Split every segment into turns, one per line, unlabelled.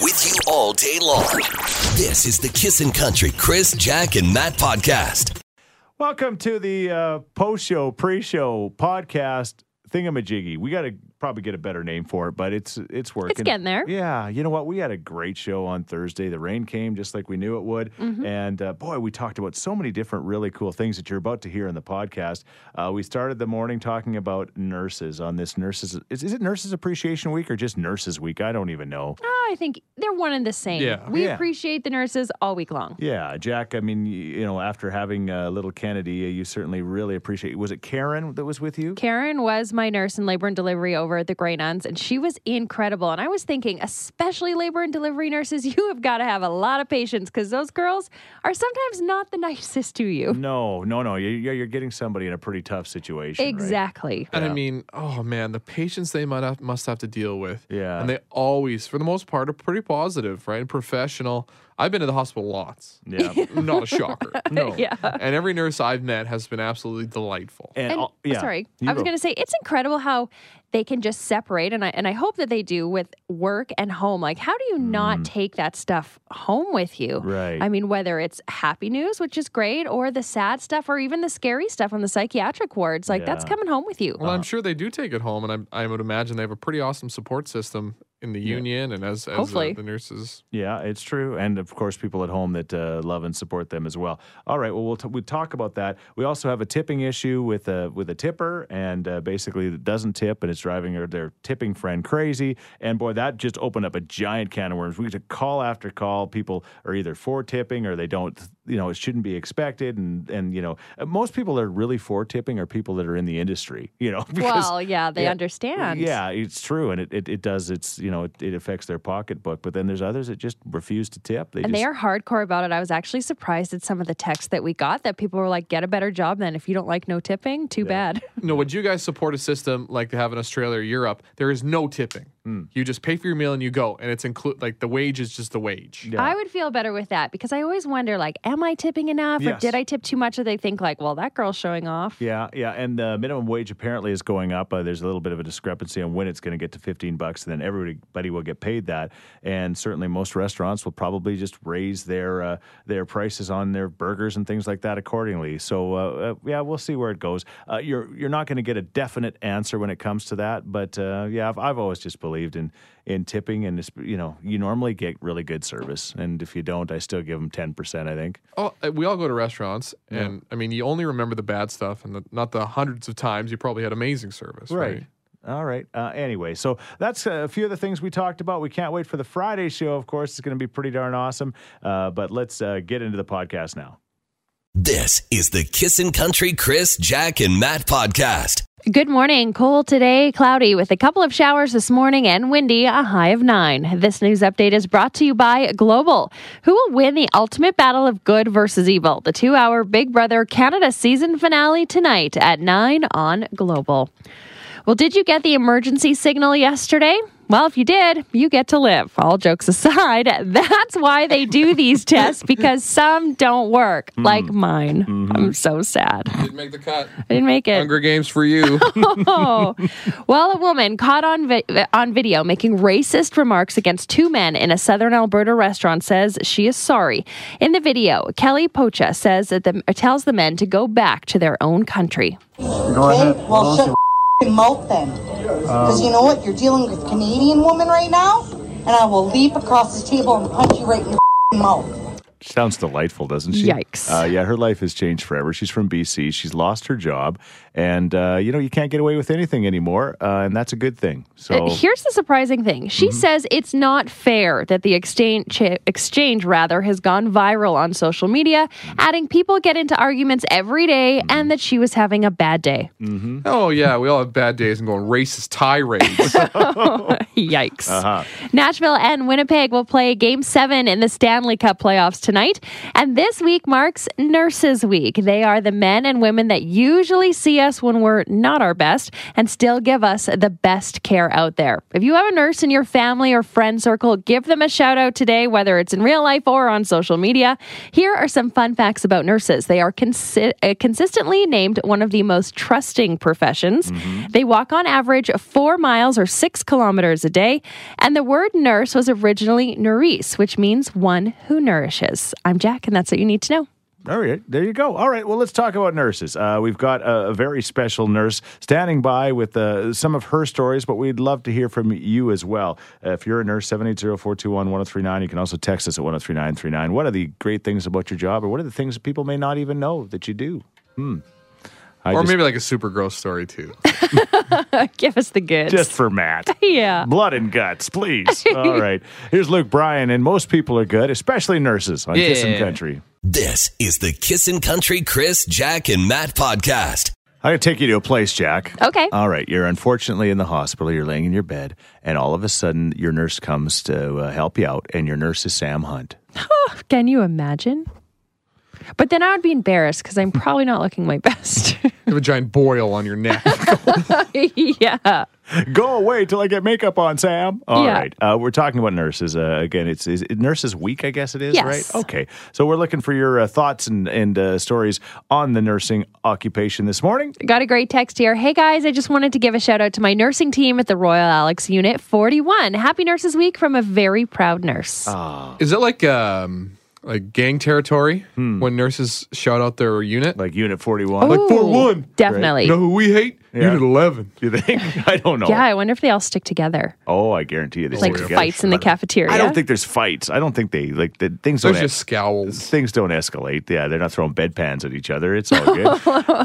with you all day long. This is the Kissin' Country Chris, Jack, and Matt podcast.
Welcome to the uh, post show, pre show podcast thingamajiggy. We got to probably get a better name for it, but it's it's working.
getting there.
Yeah, you know what? We had a great show on Thursday. The rain came just like we knew it would,
Mm-hmm.
and uh, boy, we talked about so many different really cool things that you're about to hear in the podcast. Uh, we started the morning talking about nurses on this nurses is, is it Nurses Appreciation Week or just Nurses Week? I don't even know.
Oh, I think they're one and the same.
Yeah.
We
Yeah.
appreciate the nurses all week long.
Yeah, Jack. I mean, y- you know, after having uh, little Kennedy, uh, you certainly really appreciate. Was it Karen that was with you?
Karen was my nurse in labor and delivery over at the Grey Nuns, and she was incredible. And I was thinking, especially labor and delivery nurses, you have got to have a lot of patience because those girls are sometimes not the nicest to
Mm,
you.
No, no, no. You're, you're you're getting somebody in a pretty tough situation. right?
Exactly.
And I mean, oh man, the patients they might have, must have to deal with.
Yeah.
And they always, for the most part, are pretty positive, right? And professional. I've been to the hospital lots.
Yeah.
Not a shocker.
Oh.
No.
Yeah.
And every nurse I've met has been absolutely delightful.
And,
And
all- yeah,
sorry,
you
I was
go.
going to say it's incredible how they can just separate, and I and I hope that they do with work and home. Like, how do you not take that stuff home with you?
Mm. Right.
I mean, whether it's happy news, which is great, or the sad stuff, or even the scary stuff on the psychiatric wards, like that's
Yeah.
coming home with you.
Well,
uh,
I'm sure they do take it home, and I'm, I would imagine they have a pretty awesome support system in the union and as, as the,
Hopefully.
the nurses.
Yeah, it's true, and of course, people at home that uh, love and support them as well. All right, well, we'll t- we talk about that. We also have a tipping issue with a with a tipper, and uh, basically that doesn't tip, and it's driving their, their tipping friend crazy. And boy, that just opened up a giant can of worms. We get to call after call. People are either for tipping or they don't. You know, it shouldn't be expected, and and you know, uh, most people that are really for tipping are people that are in the industry. You know, because-
Well, yeah, they
yeah.
understand.
yeah, it's true, and it, it, it does. It's you know it, it affects their pocketbook, but then there's others that just refuse to tip. They
And
just,
they are hardcore about it. I was actually surprised at some of the texts that we got that people were like, get a better job then. If you don't like no tipping, too bad.
No, would you guys support a system like they have in Australia or Europe? There is no tipping.
Hmm.
You just pay for your meal and you go, and it's include like the wage is just the wage.
Yeah.
I would feel better with that because I always wonder, like, am I tipping enough
Yes.
or did I tip too much? Or they think, like, well, that girl's showing off.
Yeah, yeah, and the minimum wage apparently is going up. Uh, there's a little bit of a discrepancy on when it's going to get to 15 bucks, and then everybody will get paid that. And certainly, most restaurants will probably just raise their uh, their prices on their burgers and things like that accordingly. So, uh, uh, yeah, we'll see where it goes. Uh, you're you're not going to get a definite answer when it comes to that, but uh, yeah, I've, I've always just believed in in tipping, and it's, you know, you normally get really good service, and if you don't, I still give them 10 percent. I think.
Oh, uh, we all go to restaurants, and I mean, you only remember the bad stuff, and the, not the hundreds of times you probably had amazing service, right?
All right. Uh, anyway, so that's uh, a few of the things we talked about. We can't wait for the Friday show. Of course, it's going to be pretty darn awesome. Uh, but let's uh, get into the podcast now.
This is the Kissin' Country Chris, Jack, and Matt podcast.
Good morning. Cold today, cloudy with a couple of showers this morning and windy, a high of nine. This news update is brought to you by Global, who will win the ultimate battle of good versus evil, the two hour Big Brother Canada season finale tonight at nine on Global. Well, did you get the emergency signal yesterday? Well, if you did, you get to live. All jokes aside, that's why they do these tests because some don't work, like mine. I'm so sad. I
Didn't make the cut.
didn't make it.
Hunger Games for you.
Oh. well, a woman caught on vi- on video making racist remarks against two men in a southern Alberta restaurant says she is sorry. In the video, Kelly Pocha says that the, tells the men to go back to their own country. Uh,
Okay, well, shut your mouth then. Because you know what? You're dealing with Canadian woman right now, and I will leap across the table and punch you right in your mouth.
Sounds delightful, doesn't she?
Yikes.
Uh, yeah, her life has changed forever. She's from BC. She's lost her job. And, uh, you know, you can't get away with anything anymore. Uh, and that's a good thing. So.
Uh, Here's the surprising thing. She says it's not fair that the exchange cha- exchange rather has gone viral on social media, adding people get into arguments every day and that she was having a bad day.
oh yeah, we all have bad days and going racist tirades.
Yikes. Nashville and Winnipeg will play game seven in the Stanley Cup playoffs tonight. And this week marks Nurses Week. They are the men and women that usually see us when we're not our best and still give us the best care out there. If you have a nurse in your family or friend circle, give them a shout out today, whether it's in real life or on social media. Here are some fun facts about nurses. They are consi- uh, consistently named one of the most trusting professions. They walk on average four miles or six kilometers a day. And the word nurse was originally nourice, which means one who nourishes. I'm Jack, and that's what you need to know.
All right, there you go. All right, well, let's talk about nurses. Uh, we've got a, a very special nurse standing by with uh, some of her stories, but we'd love to hear from you as well. Uh, if you're a nurse, 780-421-1039. You can also text us at 103939. What are the great things about your job, or what are the things that people may not even know that you do? Hmm. I
or
just-
maybe like a super gross story too.
Give us the goods.
just for Matt.
yeah.
Blood and guts, please. All right. Here's Luke Bryan, and most people are good, especially nurses on Kissing
Yeah.
Country.
This is the Kissin' Country Chris, Jack, and Matt podcast.
I'm going to take you to a place, Jack.
Okay.
All right. You're unfortunately in the hospital. You're laying in your bed, and all of a sudden, your nurse comes to uh, help you out, and your nurse is Sam Hunt.
Oh, Can you imagine? But then I would be embarrassed because I'm probably not looking my best.
You have a giant boil on your neck.
yeah.
Go away till I get makeup on, Sam. All
Yeah.
right. Uh, we're talking about nurses. Uh, again, it's is it Nurses Week, I guess it is,
Yes.
right? Okay. So we're looking for your uh, thoughts and, and uh, stories on the nursing occupation this morning.
Got a great text here. Hey guys, I just wanted to give a shout out to my nursing team at the Royal Alex Unit 41. Happy Nurses Week from a very proud nurse.
Oh.
Is it like um like gang territory when nurses shout out their unit?
Like Unit 41.
Ooh,
41.
Definitely.
know who we hate?
Yeah.
Unit eleven.
Do you think? I don't know.
Yeah, I wonder if they all stick together.
Oh, I guarantee you they
Like
stick together.
fights in the cafeteria.
I don't think there's fights. I don't think they like the, things.
There's
don't
just scowls.
things don't escalate. Yeah, they're not throwing bedpans at each other. It's all good.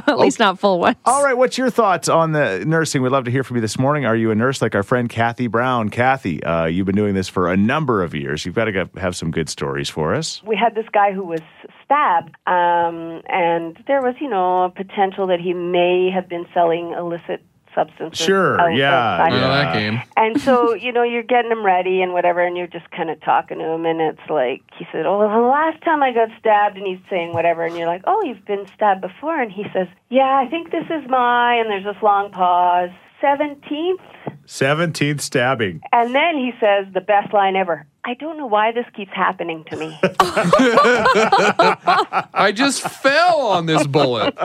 At least not full ones.
all right, what's your thoughts on the nursing? We'd love to hear from you this morning. Are you a nurse like our friend Kathy Brown? Kathy, uh, you've been doing this for a number of years. You've got to have some good stories for us.
we had this guy who was stabbed, um, and there was, you know, a potential that he may have been selling illicit substances.
Sure,
out-
yeah,
outside
You
of
know
Yeah.
that game.
and so, you know, you're getting him ready and whatever, and you're just kind of talking to him, and it's like, he said, Oh, well, the last time I got stabbed, and he's saying whatever, and you're like, Oh, you've been stabbed before. And he says, Yeah, I think this is my, and there's this long pause, 17th.
Seventeenth stabbing.
And then he says, The best line ever. I don't know why this keeps happening to me.
I just fell on this bullet.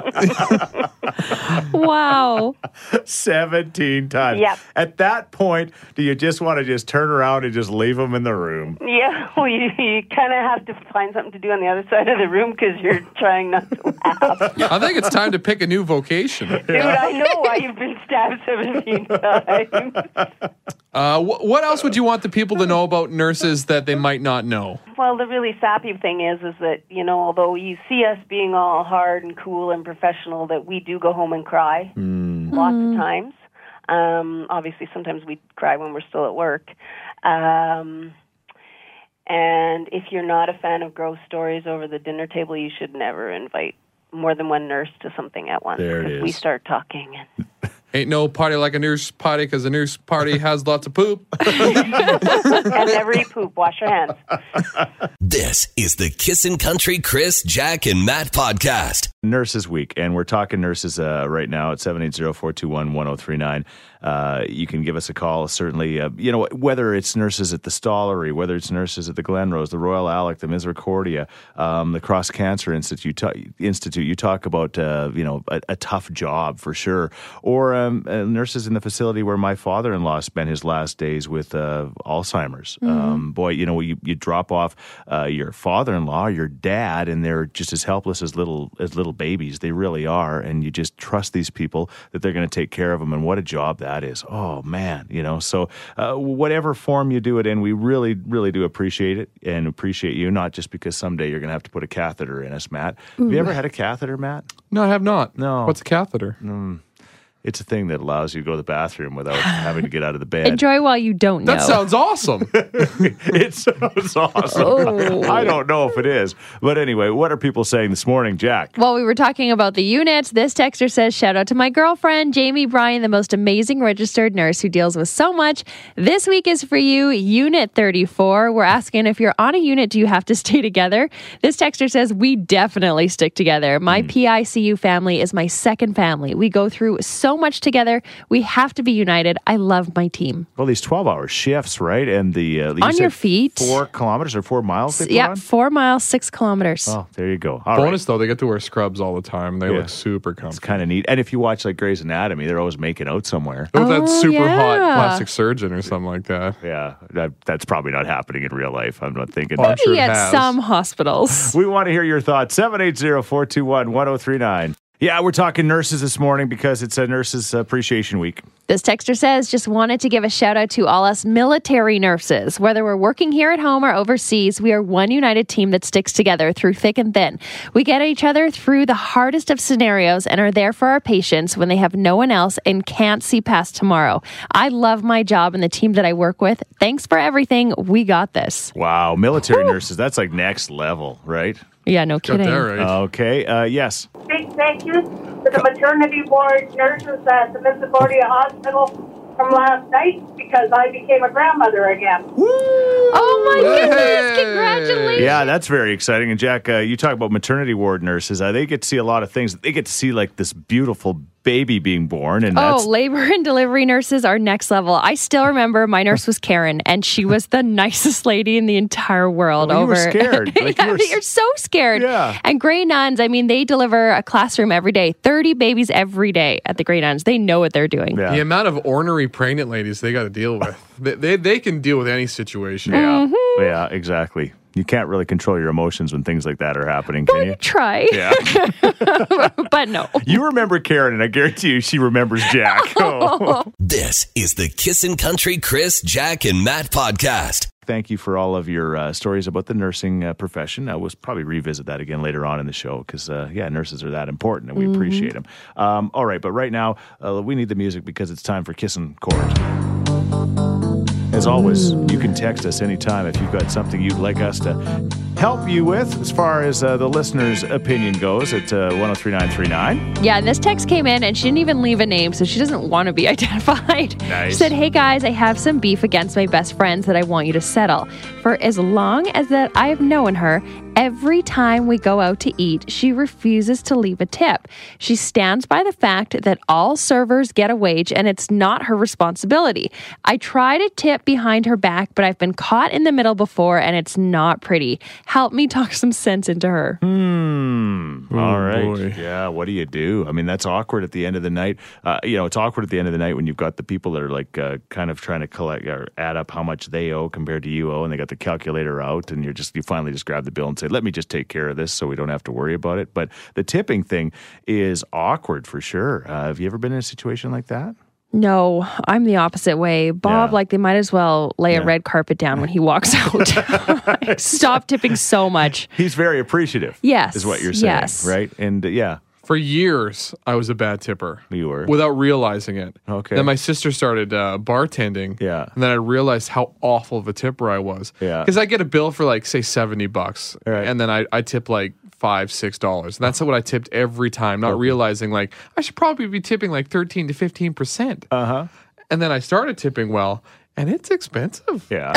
Wow.
17 times.
Yep.
At that point, do you just want to just turn around and just leave them in the room?
Yeah, well, you, you kind of have to find something to do on the other side of the room because you're trying not to laugh.
I think it's time to pick a new vocation.
Dude, I know why you've been stabbed 17 times.
Uh, wh- what else would you want the people to know about nurses that they might not know?
Well, the really sappy thing is, is that, you know, although you see us being all hard and cool and professional, that we do go home and cry
Mm.
lots of times. Um, obviously, sometimes we cry when we're still at work. Um, and if you're not a fan of gross stories over the dinner table, you should never invite more than one nurse to something at once
There it
we
is.
start talking. And
Ain't no party like a nurse party because a nurse party has lots of poop.
and every poop, wash your hands.
This is the Kissin' Country Chris, Jack, and Matt podcast.
Nurses Week, and we're talking nurses uh, right now at 780-421-1039. Uh, you can give us a call, certainly. Uh, you know, whether it's nurses at the Stollery, whether it's nurses at the Glenrose, the Royal Alec, the Misericordia, um, the Cross Cancer Institute, t- Institute, you talk about, uh, you know, a, a tough job for sure. Or um, uh, nurses in the facility where my father-in-law spent his last days with uh, Alzheimer's. Um, boy, you know, you, you drop off uh, your father-in-law, your dad, and they're just as helpless as little as little babies. They really are, and you just trust these people that they're going to take care of them. And what a job that is! Oh man, you know. So uh, whatever form you do it in, we really, really do appreciate it and appreciate you. Not just because someday you're going to have to put a catheter in us, Matt. Have you ever had a catheter, Matt?
No, I have not.
No.
What's a catheter?
it's a thing that allows you to go to the bathroom without having to get out of the bed.
Enjoy while you don't know.
That sounds awesome.
it sounds awesome.
Oh.
I don't know if it is, but anyway, what are people saying this morning, Jack?
While we were talking about the units, this texter says, Shout out to my girlfriend, Jamie Bryan, the most amazing registered nurse who deals with so much. This week is for you, Unit 34. We're asking if you're on a unit, do you have to stay together? This texter says, We definitely stick together. My PICU family is my second family. We go through so much together. We have to be united. I love my team.
Well, these twelve-hour shifts, right? And the uh, you
On
said
your feet.
four kilometers or four miles. They put
yeah,
on?
four miles, six kilometers.
Oh, there you go. All right.
Bonus though, they get to wear scrubs all the time. They
Yeah.
look super comfy.
It's kind of neat. And if you watch like Grey's Anatomy, they're always making out somewhere.
With
Oh,
that super hot
yeah.
plastic surgeon or something like that.
Yeah, that, that's probably not happening in real life. I'm not thinking.
Well,
that.
I'm sure
Maybe
it
at
has.
some hospitals.
We want to hear your thoughts. 780 421 1039. Yeah, we're talking nurses this morning because it's a Nurses Appreciation Week.
This texter says, just wanted to give a shout out to all us military nurses. Whether we're working here at home or overseas, we are one united team that sticks together through thick and thin. We get each other through the hardest of scenarios and are there for our patients when they have no one else and can't see past tomorrow. I love my job and the team that I work with. Thanks for everything. We got this.
Wow, military nurses, that's like next level, right?
Yeah, no
Got
kidding.
that right.
Okay, uh, yes.
big thank you to the maternity ward nurses at the Misericordia Hospital from last night because I became a grandmother again.
Oh my
Hey!
goodness. Congratulations.
Yeah, that's very exciting. And Jack, uh, you talk about maternity ward nurses. Uh, they get to see a lot of things. They get to see like this beautiful baby being born, and
Oh,
that's
labor and delivery nurses are next level. I still remember my nurse was Karen, and she was the nicest lady in the entire world.
Well, Oh, you
over,
were scared. Like, you
yeah,
were s-
you're so scared.
Yeah.
And Grey Nuns, I mean, they deliver a classroom every day, 30 babies every day at the Grey Nuns. They know what they're doing.
Yeah.
The amount of ornery pregnant ladies they got to deal with. they, they they can deal with any situation.
yeah,
Mm-hmm.
yeah, exactly. You can't really control your emotions when things like that are happening, can you?
Try,
Yeah.
but no.
you remember Karen, and I guarantee you she remembers Jack. Oh.
This is the Kissin' Country Chris, Jack, and Matt podcast.
Thank you for all of your uh, stories about the nursing uh, profession. I will probably revisit that again later on in the show because, uh, yeah, nurses are that important and we appreciate them. Um, all right, but right now uh, we need the music because it's time for Kissin' Court. As always, you can text us anytime if you've got something you'd like us to help you with as far as uh, the listener's opinion goes at uh, 103939.
Yeah, and this text came in and she didn't even leave a name, so she doesn't want to be identified.
Nice.
She said, Hey guys, I have some beef against my best friends that I want you to settle. For as long as that I have known her, every time we go out to eat, she refuses to leave a tip. She stands by the fact that all servers get a wage and it's not her responsibility. I try to tip behind her back, but I've been caught in the middle before and it's not pretty. Help me talk some sense into her.
Hmm. All right.
boy.
Yeah. What do you do? I mean, that's awkward at the end of the night. Uh, you know, it's awkward at the end of the night when you've got the people that are like uh, kind of trying to collect or add up how much they owe compared to you owe, and they got the calculator out, and you're just you finally just grab the bill and say, "Let me just take care of this, so we don't have to worry about it." But the tipping thing is awkward for sure. Uh, have you ever been in a situation like that?
No, I'm the opposite way. Bob,
Yeah.
like, they might as well lay a
Yeah.
red carpet down when he walks out. Like, Stop tipping so much.
He's very appreciative.
Yes,
is what you're saying,
yes.
right? And uh, yeah,
For years, I was a bad tipper.
You were.
Without realizing it.
Okay.
Then my sister started uh, bartending.
Yeah.
And then I realized how awful of a tipper I was.
Yeah.
Because I get a bill for like, say, 70 bucks.
Right.
And then I, I tip like five, six dollars. And that's what I tipped every time, not realizing like I should probably be tipping like 13 to 15%. Uh huh.
Uh-huh.
And then I started tipping well, and it's expensive.
yeah.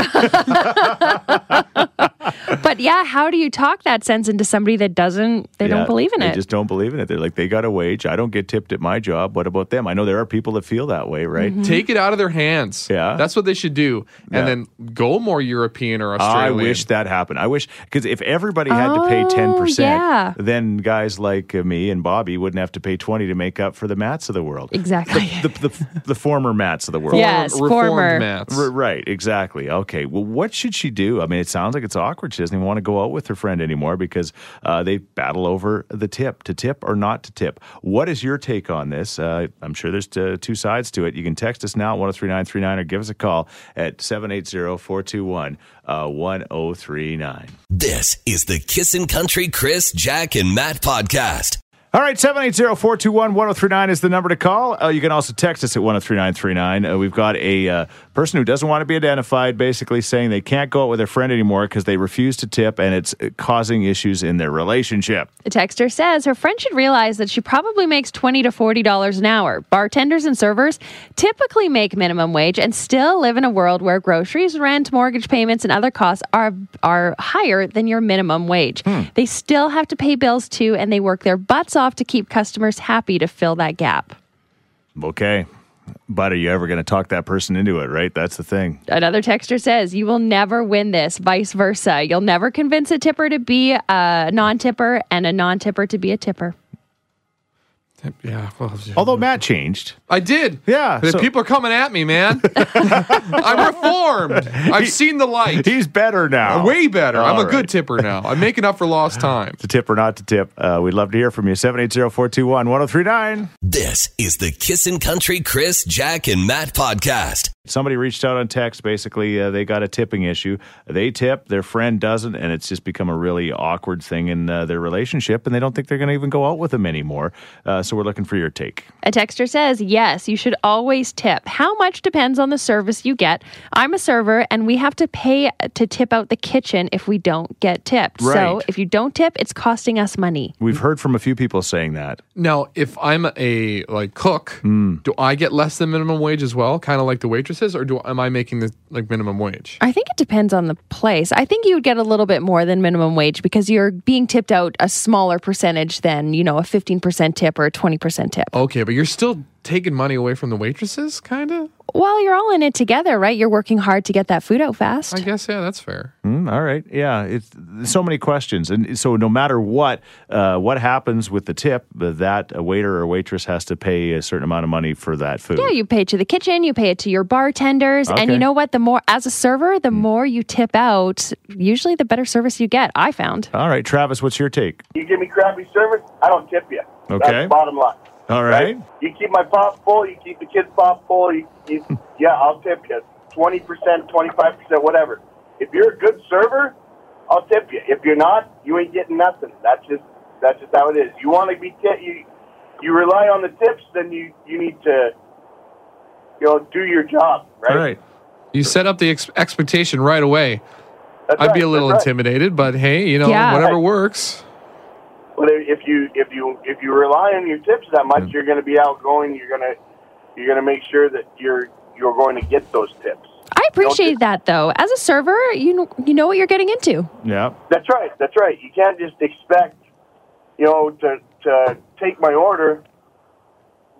But yeah, how do you talk that sense into somebody that doesn't, they
Yeah,
don't believe in
they
it?
just don't believe in it. They're like, they got a wage. I don't get tipped at my job. What about them? I know there are people that feel that way, right?
Mm-hmm.
Take it out of their hands.
Yeah.
That's what they should do.
Yeah.
And then go more European or
I
Australian.
wish that happened. I wish because if everybody had to pay
Oh,
ten percent,
yeah.
then guys like uh, me and Bobby wouldn't have to pay twenty to make up for the mats of the world.
exactly.
The, the, the former mats of the world.
Yeah. Yes,
Reformed
former.
mats.
R- right, exactly. Okay. Well, what should she do? I mean, it sounds like it's awkward. She doesn't even want to go out with her friend anymore because uh, they battle over the tip to tip or not to tip. What is your take on this? Uh, I'm sure there's uh, two sides to it. You can text us now at 103939 or give us a call at 780 421 1039.
This is the Kissin' Country Chris, Jack, and Matt podcast.
All right, 780-421-1039 is the number to call. Uh, you can also text us at 103939. Uh, we've got a uh, person who doesn't want to be identified basically saying they can't go out with their friend anymore because they refuse to tip and it's uh, causing issues in their relationship.
The texter says her friend should realize that she probably makes twenty to forty dollars an hour. Bartenders and servers typically make minimum wage and still live in a world where groceries, rent, mortgage payments, and other costs are are higher than your minimum wage. They still have to pay bills too, and they work their butts off to keep customers happy to fill that gap.
Okay. But are you ever going to talk that person into it, right? That's the thing.
Another texter says, You will never win this, vice versa. You'll never convince a tipper to be a non tipper and a non tipper to be a tipper.
Yeah. Well,
Although Matt changed.
I did.
Yeah,
The
so-
people are coming at me, man. I'm reformed. I've seen the light.
He's better now.
Uh, Way better. I'm
All
a
right.
good tipper now. I'm making up for lost time.
To tip or not to tip, uh, we'd love to hear from you. 780-421-1039.
This is the Kissin' Country Chris, Jack, and Matt podcast.
somebody reached out on text basically uh, they got a tipping issue they tip their friend doesn't and it's just become a really awkward thing in uh, their relationship and they don't think they're going to even go out with them anymore uh, so we're looking for your take
A texter says, Yes, you should always tip. How much depends on the service you get. I'm a server and we have to pay to tip out the kitchen if we don't get tipped. So
Right.
if you don't tip, it's costing us money.
we've heard from a few people saying that
Now, if I'm a like cook, do I get less than minimum wage as well? Kind of like the waitresses, or do am I making the like minimum wage?
I think it depends on the place. I think you would get a little bit more than minimum wage because you're being tipped out a smaller percentage than, you know, a 15% tip or a 20% tip.
Okay, but you're still taking money away from the waitresses, kind of.
Well, you're all in it together, right? You're working hard to get that food out fast.
I guess yeah, that's fair.
Mm, all right yeah it's so many questions and so no matter what uh, what happens with the tip uh, that a waiter or waitress has to pay a certain amount of money for that food
Yeah, Oh, you pay it to the kitchen, you pay it to your bartenders, and
Okay.
you know what? The more as a server, the more you tip out, usually the better service you get. I found.
all right travis what's your take
You give me crappy service, I don't tip you.
Okay.
That's the bottom line.
all right
You keep my pop full. You keep the kids pop full. You, you, yeah, I'll tip you twenty percent, twenty five percent, whatever. If you're a good server, I'll tip you. If you're not, you ain't getting nothing. That's just that's just how it is. You want to be tip you you rely on the tips, then you you need to you know do your job, right?
all right
You set up the ex- expectation right away.
That's
I'd
right,
be a little
that's right.
intimidated, but hey, you know
Yeah.
whatever works.
But if you if you if you rely on your tips that much, you're going to be outgoing. You're gonna you're gonna make sure that you're you're going to get those tips.
I appreciate that though. As a server, you know, you know what you're getting into.
yeah
That's right. That's right. You can't just expect, you know, to to take my order,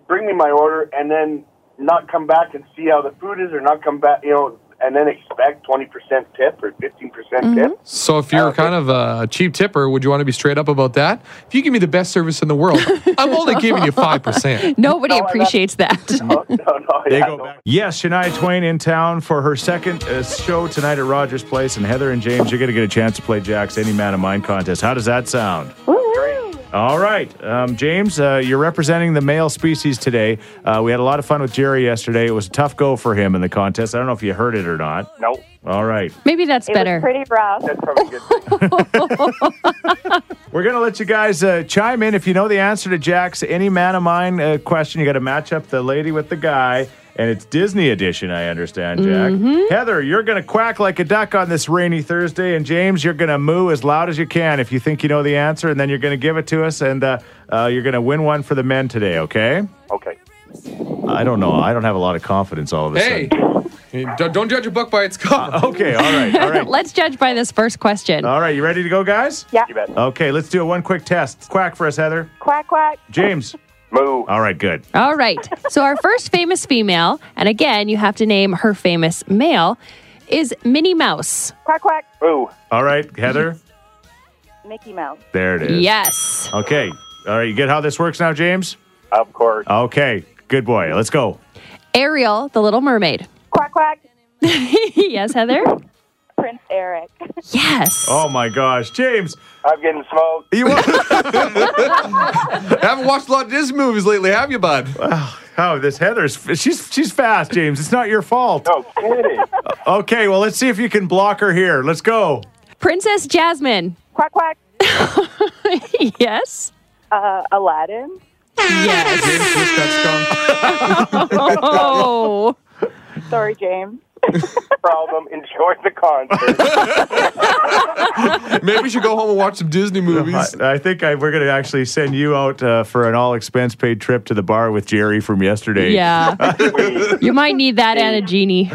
bring me my order, and then not come back and see how the food is, or not come back, you know, and then expect twenty percent tip or fifteen percent
Mm-hmm.
tip.
So if you're kind of a cheap tipper, would you want to be straight up about that? If you give me the best service in the world, I'm only giving you five percent.
Nobody
No, I-
appreciates that.
No, no, no.
They
yeah,
go
no.
back. Yes, Shania Twain in town for her second uh, show tonight at Rogers Place. And Heather and James, you're going to get a chance to play Jack's Any Man of Mine contest. How does that sound? All right. Um, James, uh, you're representing the male species today. Uh, we had a lot of fun with Jerry yesterday. It was a tough go for him in the contest. I don't know if you heard it or not.
No,
All right.
Maybe that's
It
better.
was pretty rough.
that's probably good.
We're going to let you guys uh, chime in. If you know the answer to Jack's Any Man of Mine uh, question, you got to match up the lady with the guy. And it's Disney edition, I understand, Jack.
Mm-hmm.
Heather, you're going to quack like a duck on this rainy Thursday. And James, you're going to moo as loud as you can if you think you know the answer. And then you're going to give it to us. And uh, uh, you're going to win one for the men today, okay?
Okay.
I don't know. I don't have a lot of confidence all of a
Hey,
sudden.
don't don't judge a book by its cover.
Okay, all right, all right.
Let's judge by this first question.
all right, you ready to go, guys?
Yeah.
You bet.
Okay, let's do a one quick test. Quack for us, Heather.
Quack, quack.
James.
Move.
All right, good.
All right. So our first famous female, and again, you have to name her famous male, is Minnie Mouse.
Quack, quack.
Move.
All right, Heather.
Mickey Mouse.
There it is.
Yes.
Okay. All right. You get how this works now, James?
Of course.
Oh. Okay. Good boy. Let's go.
Ariel, the Little Mermaid.
Quack, quack.
yes, Heather?
Prince Eric.
Yes.
Oh my gosh, James!
I'm getting smoked.
You
haven't watched a lot of Disney movies lately, have you, bud?
oh this Heather's she's she's fast, James. It's not your fault.
No kidding.
Okay. Well, let's see if you can block her here. Let's go.
Princess Jasmine.
Quack, quack.
yes.
Uh, Aladdin.
Yes.
James just got stung.
Oh.
Sorry, James.
Problem. Enjoy the concert.
Maybe we should go home and watch some Disney movies.
I, I think I, we're going to actually send you out uh, for an all expense paid trip to the bar with Jerry from yesterday.
Yeah. you might need that and a genie.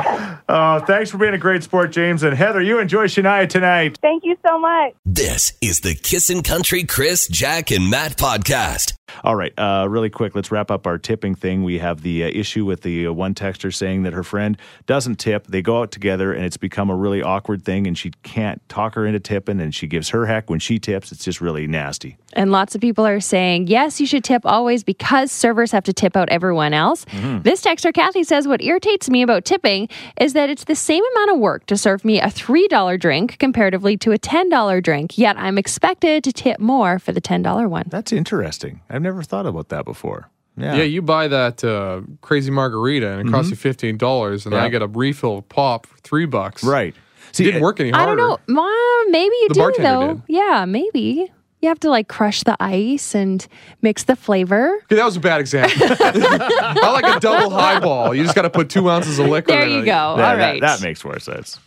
Uh, thanks for being a great sport, James. And Heather, you enjoy Shania tonight.
Thank you so much.
This is the Kissin' Country Chris, Jack, and Matt podcast.
All right, uh, really quick, let's wrap up our tipping thing. We have the uh, issue with the uh, one texter saying that her friend doesn't tip. They go out together, and it's become a really awkward thing, and she can't talk her into tipping, and she gives her heck when she tips. It's just really nasty.
And lots of people are saying, yes, you should tip always because servers have to tip out everyone else. This texter, Kathy, says, What irritates me about tipping is that it's the same amount of work to serve me a $3 drink comparatively to a $10 drink, yet I'm expected to tip more for the $10 one.
That's interesting. I've never thought about that before. Yeah.
Yeah, you buy that uh, crazy margarita and it costs you fifteen dollars, and
Yeah.
I get a refill of pop for three bucks.
right. See,
Didn't work any
I
harder.
don't know. Mom, maybe you
The
do,
bartender
though.
did.
Yeah, maybe. You have to like crush the ice and mix the flavor.
Okay, that was a bad example. I like a double highball. You just got to put two ounces of liquor.
There
in
you
it.
go.
Yeah,
All
that,
right.
that makes more sense.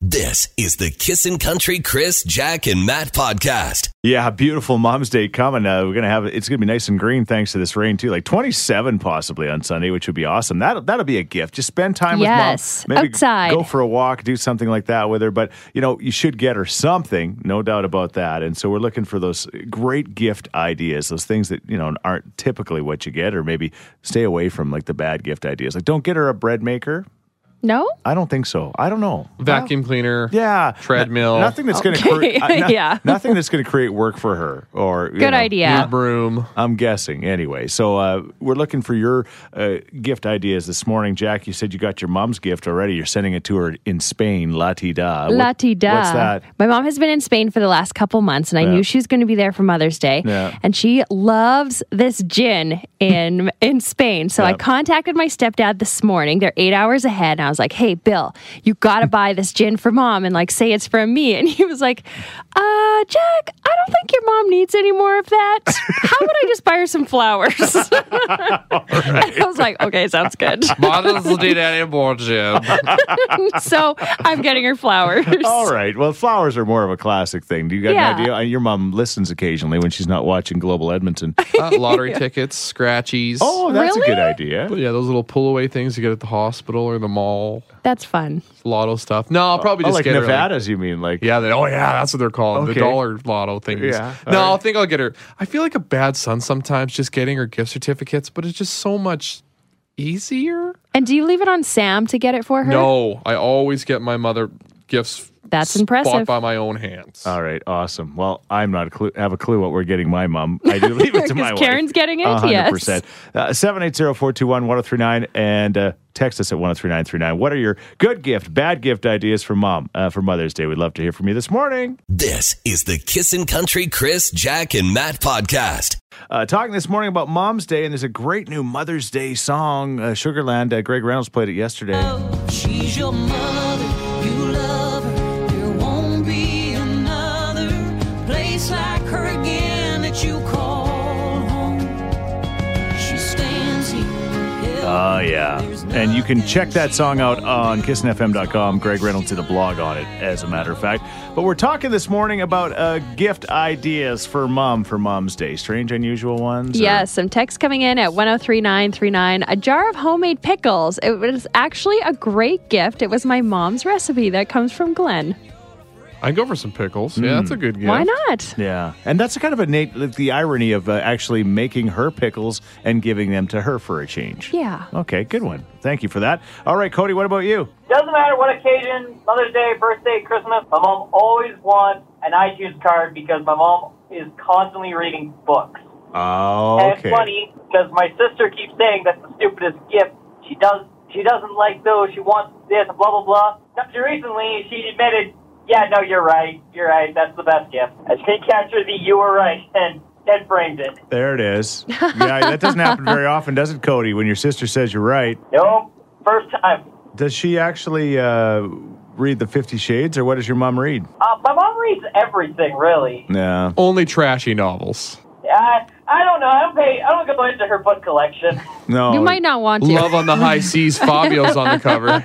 This is the Kissin' Country Chris, Jack, and Matt podcast.
Yeah, beautiful Mom's Day coming. Uh, we're gonna have it's gonna be nice and green thanks to this rain too. Like twenty seven possibly on Sunday, which would be awesome. That will that'll be a gift. Just spend time
Yes,
with mom. Maybe
outside.
go for a walk, do something like that with her. But you know, you should get her something, no doubt about that. And so we're looking for those great gift ideas, those things that you know aren't typically what you get, or maybe stay away from like the bad gift ideas. Like don't get her a bread maker.
No?
I don't think so. I don't know.
Vacuum cleaner.
Yeah,
Treadmill.
No- nothing that's
Okay,
going to create.
yeah.
Nothing that's going to create work for her. Or you
Good
know,
idea.
New broom.
I'm guessing anyway. So uh, we're looking for your uh, gift ideas this morning, Jack. You said you got your mom's gift already. You're sending it to her in Spain, La ti da. What-
La ti da.
What's that?
My mom has been in Spain for the last couple months, and I knew she was going to be there for Mother's Day.
Yeah.
And she loves this gin in in Spain. So I contacted my stepdad this morning. They're eight hours ahead, and I was like, "Hey, Bill, you got to buy this gin for mom, and like say it's from me." And he was like, "Uh, Jack, I don't think your mom needs any more of that. How about I just buy her some flowers?" And I was like, "Okay, sounds good."
Models did that anymore, Jim.
so I'm getting her flowers.
All right. Well, flowers are more of a classic thing. Do you got
Yeah.
an idea? Uh, Your mom listens occasionally when she's not watching Global Edmonton.
Uh, lottery tickets, scratchies.
Oh, that's
Really?
a good idea.
But yeah, those little pull away things you get at the hospital or the mall,
That's fun.
lotto stuff. No, I'll probably
Oh,
just
like
get her, like-
Nevada's, you mean? Like
Yeah, they, oh yeah, that's what they're called.
Okay.
The dollar lotto things.
Yeah,
No,
all
I think I'll get her. I feel like a bad son sometimes just getting her gift certificates, but it's just so much easier.
And do you leave it on Sam to get it for her?
No, I always get my mother gifts.
That's
bought
impressive.
by my own hands.
All right, awesome. Well, I'm not a clue, have a clue what we're getting my mom. I do leave it to my
Because Karen's
wife.
getting it,
A
yes.
100%. Uh, 780-421-1039 and uh, text us at 103939. What are your good gift, bad gift ideas for mom uh, for Mother's Day? We'd love to hear from you this morning.
This is the Kissin' Country Chris, Jack, and Matt podcast.
Uh, talking this morning about Mom's Day, and there's a great new Mother's Day song, uh, Sugarland. Uh, Greg Reynolds played it yesterday.
She's your mother, you love her. There won't be another place like her again that you call home. She stands here.
Oh, yeah. And you can check that song out on kissinfm.com. Greg Reynolds did a blog on it, as a matter of fact. But we're talking this morning about uh, gift ideas for mom for Mom's Day. Strange, unusual ones? or-
Yes, some text coming in at 103939. A jar of homemade pickles. It was actually a great gift. It was my mom's recipe that comes from Glenn.
I go for some pickles. Yeah, that's a good gift.
Why not?
yeah. And that's kind of a nat- like the irony of uh, actually making her pickles and giving them to her for a change.
Yeah.
Okay, good one. Thank you for that. All right, Cody, what about you?
Doesn't matter what occasion, Mother's Day, birthday, Christmas, my mom always wants an iTunes card because my mom is constantly reading books.
Oh,
And
okay.
it's funny because my sister keeps saying that's the stupidest gift. She does she doesn't like those, she wants this, blah blah blah. Up to recently she admitted, Yeah, no, you're right. You're right, that's the best gift. And she captured the you were right and then framed it.
There it is. Yeah, that doesn't happen very often, does it, Cody? When your sister says you're right.
Nope. First time.
Does she actually uh, read the Fifty Shades, or what
Um,
does your mom read?
Uh, my mom reads everything, really.
No.
Only trashy novels.
Uh, I I don't know. I don't pay. I don't go into her book collection.
No.
You might not want to.
Love on the high seas. Fabio's on the cover.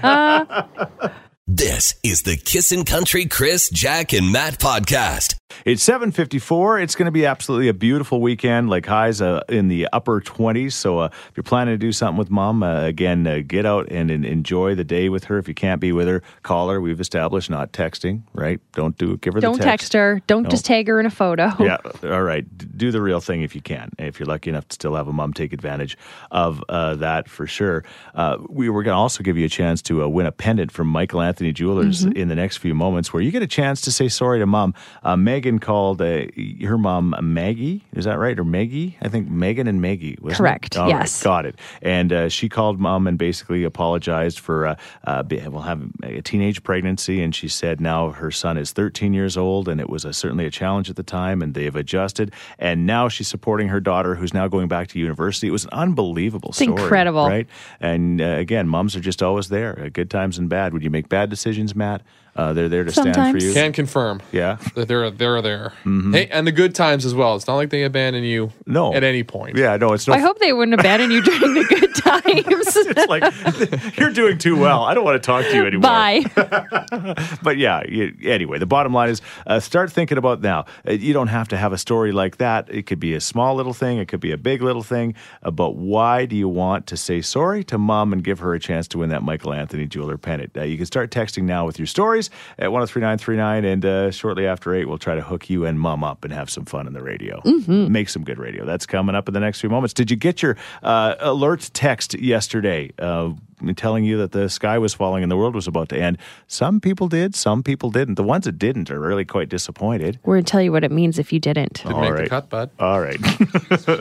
This is the Kissin' Country Chris, Jack, and Matt podcast.
It's 7:54. It's going to be absolutely a beautiful weekend. Like highs uh, in the upper 20s. So uh, if you're planning to do something with mom, uh, again, uh, get out and, and enjoy the day with her. If you can't be with her, call her. We've established not texting, right? Don't do give her
Don't
the
text her. Don't
No.
just tag her in a photo.
Yeah. All right. D- Do the real thing if you can. If you're lucky enough to still have a mom, take advantage of uh, that for sure. Uh, we were going to also give you a chance to uh, win a pendant from Michael Anthony Jewelers
Mm-hmm.
Mhm.
in the next few moments, where you get a chance to say sorry to mom. Uh, Megan called uh, her mom Maggie. Is that right? Or Maggie? I think Megan and Maggie. Wasn't
Correct,
It? All right,
yes.
got it. And uh, she called mom and basically apologized for uh, uh, be- well having a teenage pregnancy, and she said now her son is 13 years old, and it was a, certainly a challenge at the time, and they've adjusted, and now she's supporting her daughter who's now going back to university. It was an unbelievable
It's
story,
incredible.
right? And uh, again, moms are just always there, uh, good times and bad. When you make bad decisions, Matt, uh, they're there to stand for you.
Can confirm
yeah.
that they're they're there. Hey, and the good times as well. It's not like they abandon you.
No.
At any point.
Yeah, no, it's no
I hope they wouldn't abandon you during the good times. it's
like You're doing too well. I don't want to talk to you anymore.
bye.
but yeah, you, anyway, the bottom line is uh, start thinking about now. Uh, you don't have to have a story like that. It could be a small little thing, it could be a big little thing. Uh, but why do you want to say sorry to mom and give her a chance to win that Michael Anthony jeweler pennant? Uh, you can start texting now with your stories at 103939. And uh, shortly after 8, we'll try to hook you and mom up and have some fun on the radio. Make some good radio. That's coming up in the next few moments. Did you get your uh, alert text yesterday? Uh, telling you that the sky was falling and the world was about to end. Some people did, some people didn't. The ones that didn't are really quite disappointed.
We're going to tell you what it means if you didn't.
All right. All right.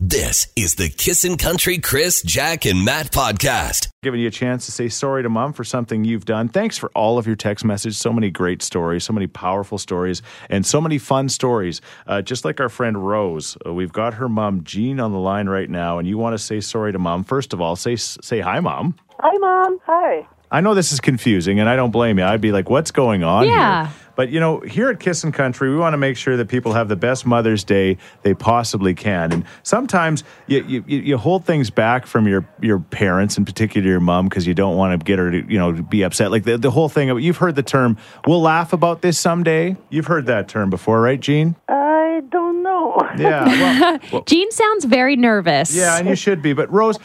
This is the Kissin' Country Chris, Jack, and Matt podcast.
Giving you a chance to say sorry to mom for something you've done. Thanks for all of your text messages. So many great stories, so many powerful stories, and so many fun stories. Uh, just like our friend Rose, uh, we've got her mom Jean on the line right now, and you want to say sorry to mom. First of all, say say hi, mom.
Hi, Mom. Hi.
I know this is confusing, and I don't blame you. I'd be like, "What's going on?" here?"
Yeah.
But you know, here at Kissin' Country, we want to make sure that people have the best Mother's Day they possibly can. And sometimes you you, you- you hold things back from your your parents, in particular your mom, because you don't want to get her to you know to be upset. Like the, the whole thing. of- You've heard the term "we'll laugh about this someday." You've heard that term before, right, Gene?
I don't know.
Yeah. Well,
Jean sounds very nervous.
yeah, and you should be. But Rose,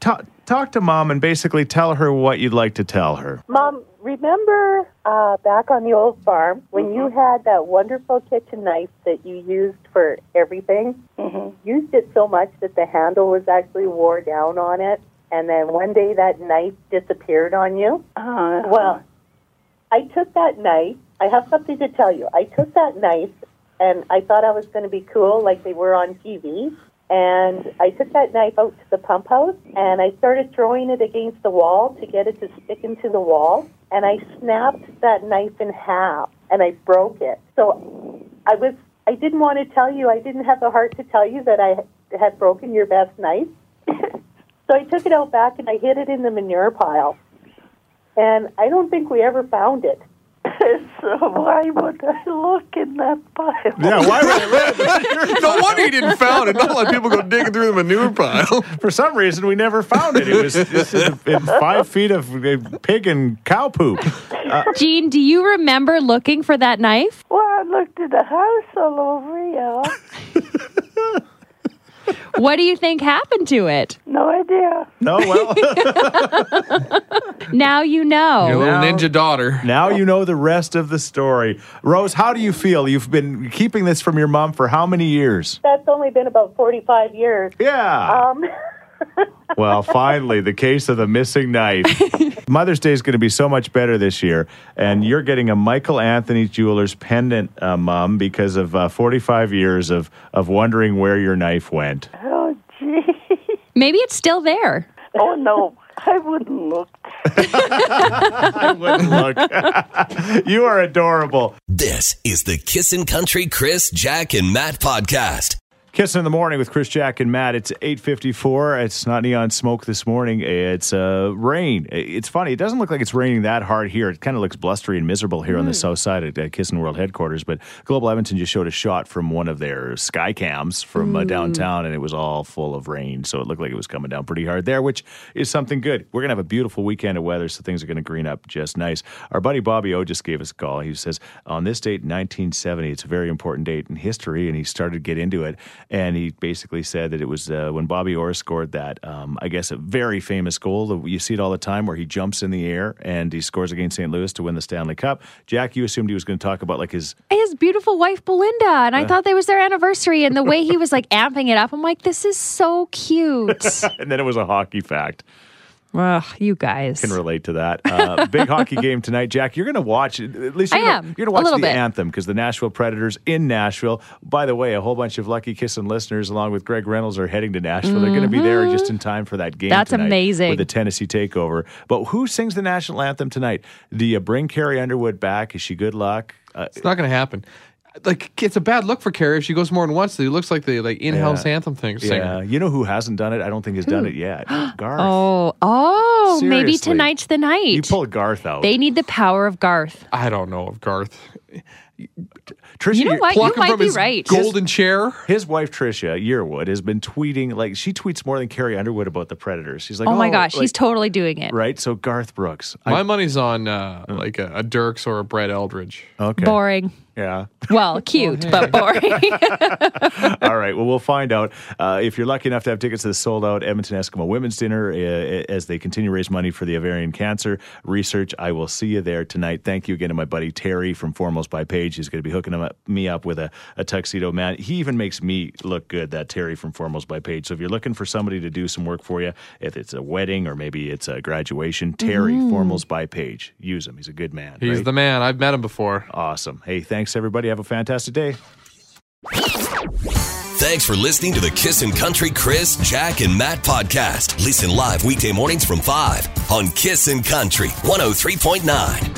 talk talk to mom and basically tell her what you'd like to tell her.
Mom, remember uh, back on the old farm when you had that wonderful kitchen knife that you used for everything? Mm-hmm. Used it so much that the handle was actually wore down on it, and then one day that knife disappeared on you.
Uh-huh.
Well, I took that knife. I have something to tell you. I took that knife, and I thought I was going to be cool, like they were on TV. And I took that knife out to the pump house and I started throwing it against the wall to get it to stick into the wall. And I snapped that knife in half and I broke it. So I was, I didn't want to tell you, I didn't have the heart to tell you that I had broken your best knife. so I took it out back and I hid it in the manure pile. And I don't think we ever found it. so why would I look in that pile?
Yeah, why would
no wonder you didn't found it. Not like people go digging through the manure pile.
For some reason, we never found it. It was just in, in five feet of uh, pig and cow poop. Uh,
Jean, do you remember looking for that knife?
Well, I looked at the house all over, yeah.
What do you think happened to it?
No idea.
no, well,
Now you know.
ninja
daughter.
Now you know the rest of the story. Rose, how do you feel? You've been keeping this from your mom for how many years?
That's only been about 45 years.
Yeah.
Um,
Well, finally, the case of the missing knife. Mother's Day is going to be so much better this year, and you're getting a Michael Anthony Jewelers pendant, uh, Mom, because of uh, 45 years of of wondering where your knife went.
Oh, gee.
Maybe it's still there.
Oh, no. I wouldn't look.
I wouldn't look. you are adorable.
This is the Kissin' Country Chris, Jack, and Matt podcast.
Kiss in the morning with Chris Jack and Matt. It's 8:54. It's not neon smoke this morning. It's uh, rain. It's funny. It doesn't look like it's raining that hard here. It kind of looks blustery and miserable here on the south side at uh, Kissin World headquarters. But Global Edmonton just showed a shot from one of their sky cams from uh,
Mm.
downtown, and it was all full of rain. So it looked like it was coming down pretty hard there, which is something good. We're gonna have a beautiful weekend of weather, so things are gonna green up just nice. Our buddy Bobby O just gave us a call. He says on this date, 1970, it's a very important date in history, and he started to get into it. And he basically said that it was uh, when Bobby Orr scored that, um, I guess, a very famous goal. that You see it all the time where he jumps in the air and he scores against St. Louis to win the Stanley Cup. Jack, you assumed he was going to talk about like his.
His beautiful wife Belinda, and I
Yeah.
thought that was their anniversary, and the way he was like amping it up, I'm like, this is so cute.
and then it was a hockey fact.
Ugh, you guys.
Can relate to that. Uh, big hockey game tonight, Jack. You're going to watch. it. At least
I
you're gonna-
am,
You're
a
going to
little
watch the
bit.
anthem because the Nashville Predators in Nashville. By the way, a whole bunch of lucky kissing listeners, along with Greg Reynolds, are heading to Nashville. They're going to be there
Mhm.
just in time for that game.
That's
tonight
amazing.
with the Tennessee takeover. But who sings the national anthem tonight? Do you bring Carrie Underwood back? Is she good luck? Uh,
It's not going to happen. Like it's a bad look for Carrie if she goes more than once. It looks like the like in-house
Yeah.
anthem thing.
Yeah, you know who hasn't done it? I don't think has done it yet. Garth.
Oh, oh, maybe
Seriously.
tonight's the night.
You pulled Garth out.
They need the power of Garth.
I don't know of Garth.
Tricia,
You know
you're-
what? You Pluck him might from be his right. golden
chair.
His wife Tricia Yearwood has been tweeting like she tweets more than Carrie Underwood about the Predators. She's like,
oh my gosh,
like-
he's totally doing it.
right. So Garth Brooks,
My money's on uh, like a, a Dirks or a Brett Eldridge.
Okay.
Boring.
Yeah.
Well, cute, but boring.
All right. Well, we'll find out. Uh, if you're lucky enough to have tickets to the sold out Edmonton Eskimo Women's Dinner uh, as they continue to raise money for the ovarian cancer research, I will see you there tonight. Thank you again to my buddy Terry from Foremost by Page. He's going to be hooking him up, me up with a, a tuxedo man. He even makes me look good, that Terry from Foremost by Page. So if you're looking for somebody to do some work for you, if it's a wedding or maybe it's a graduation, Terry,
Mm.
Foremost by Page. Use him. He's a good man.
He's
right?
the man. I've met him before.
Awesome. Hey, thanks everybody. Have a fantastic day.
Thanks for listening to the Kissin' Country Chris, Jack, and Matt oh podcast. Listen live weekday mornings from 5 on Kissin' Country 103.9.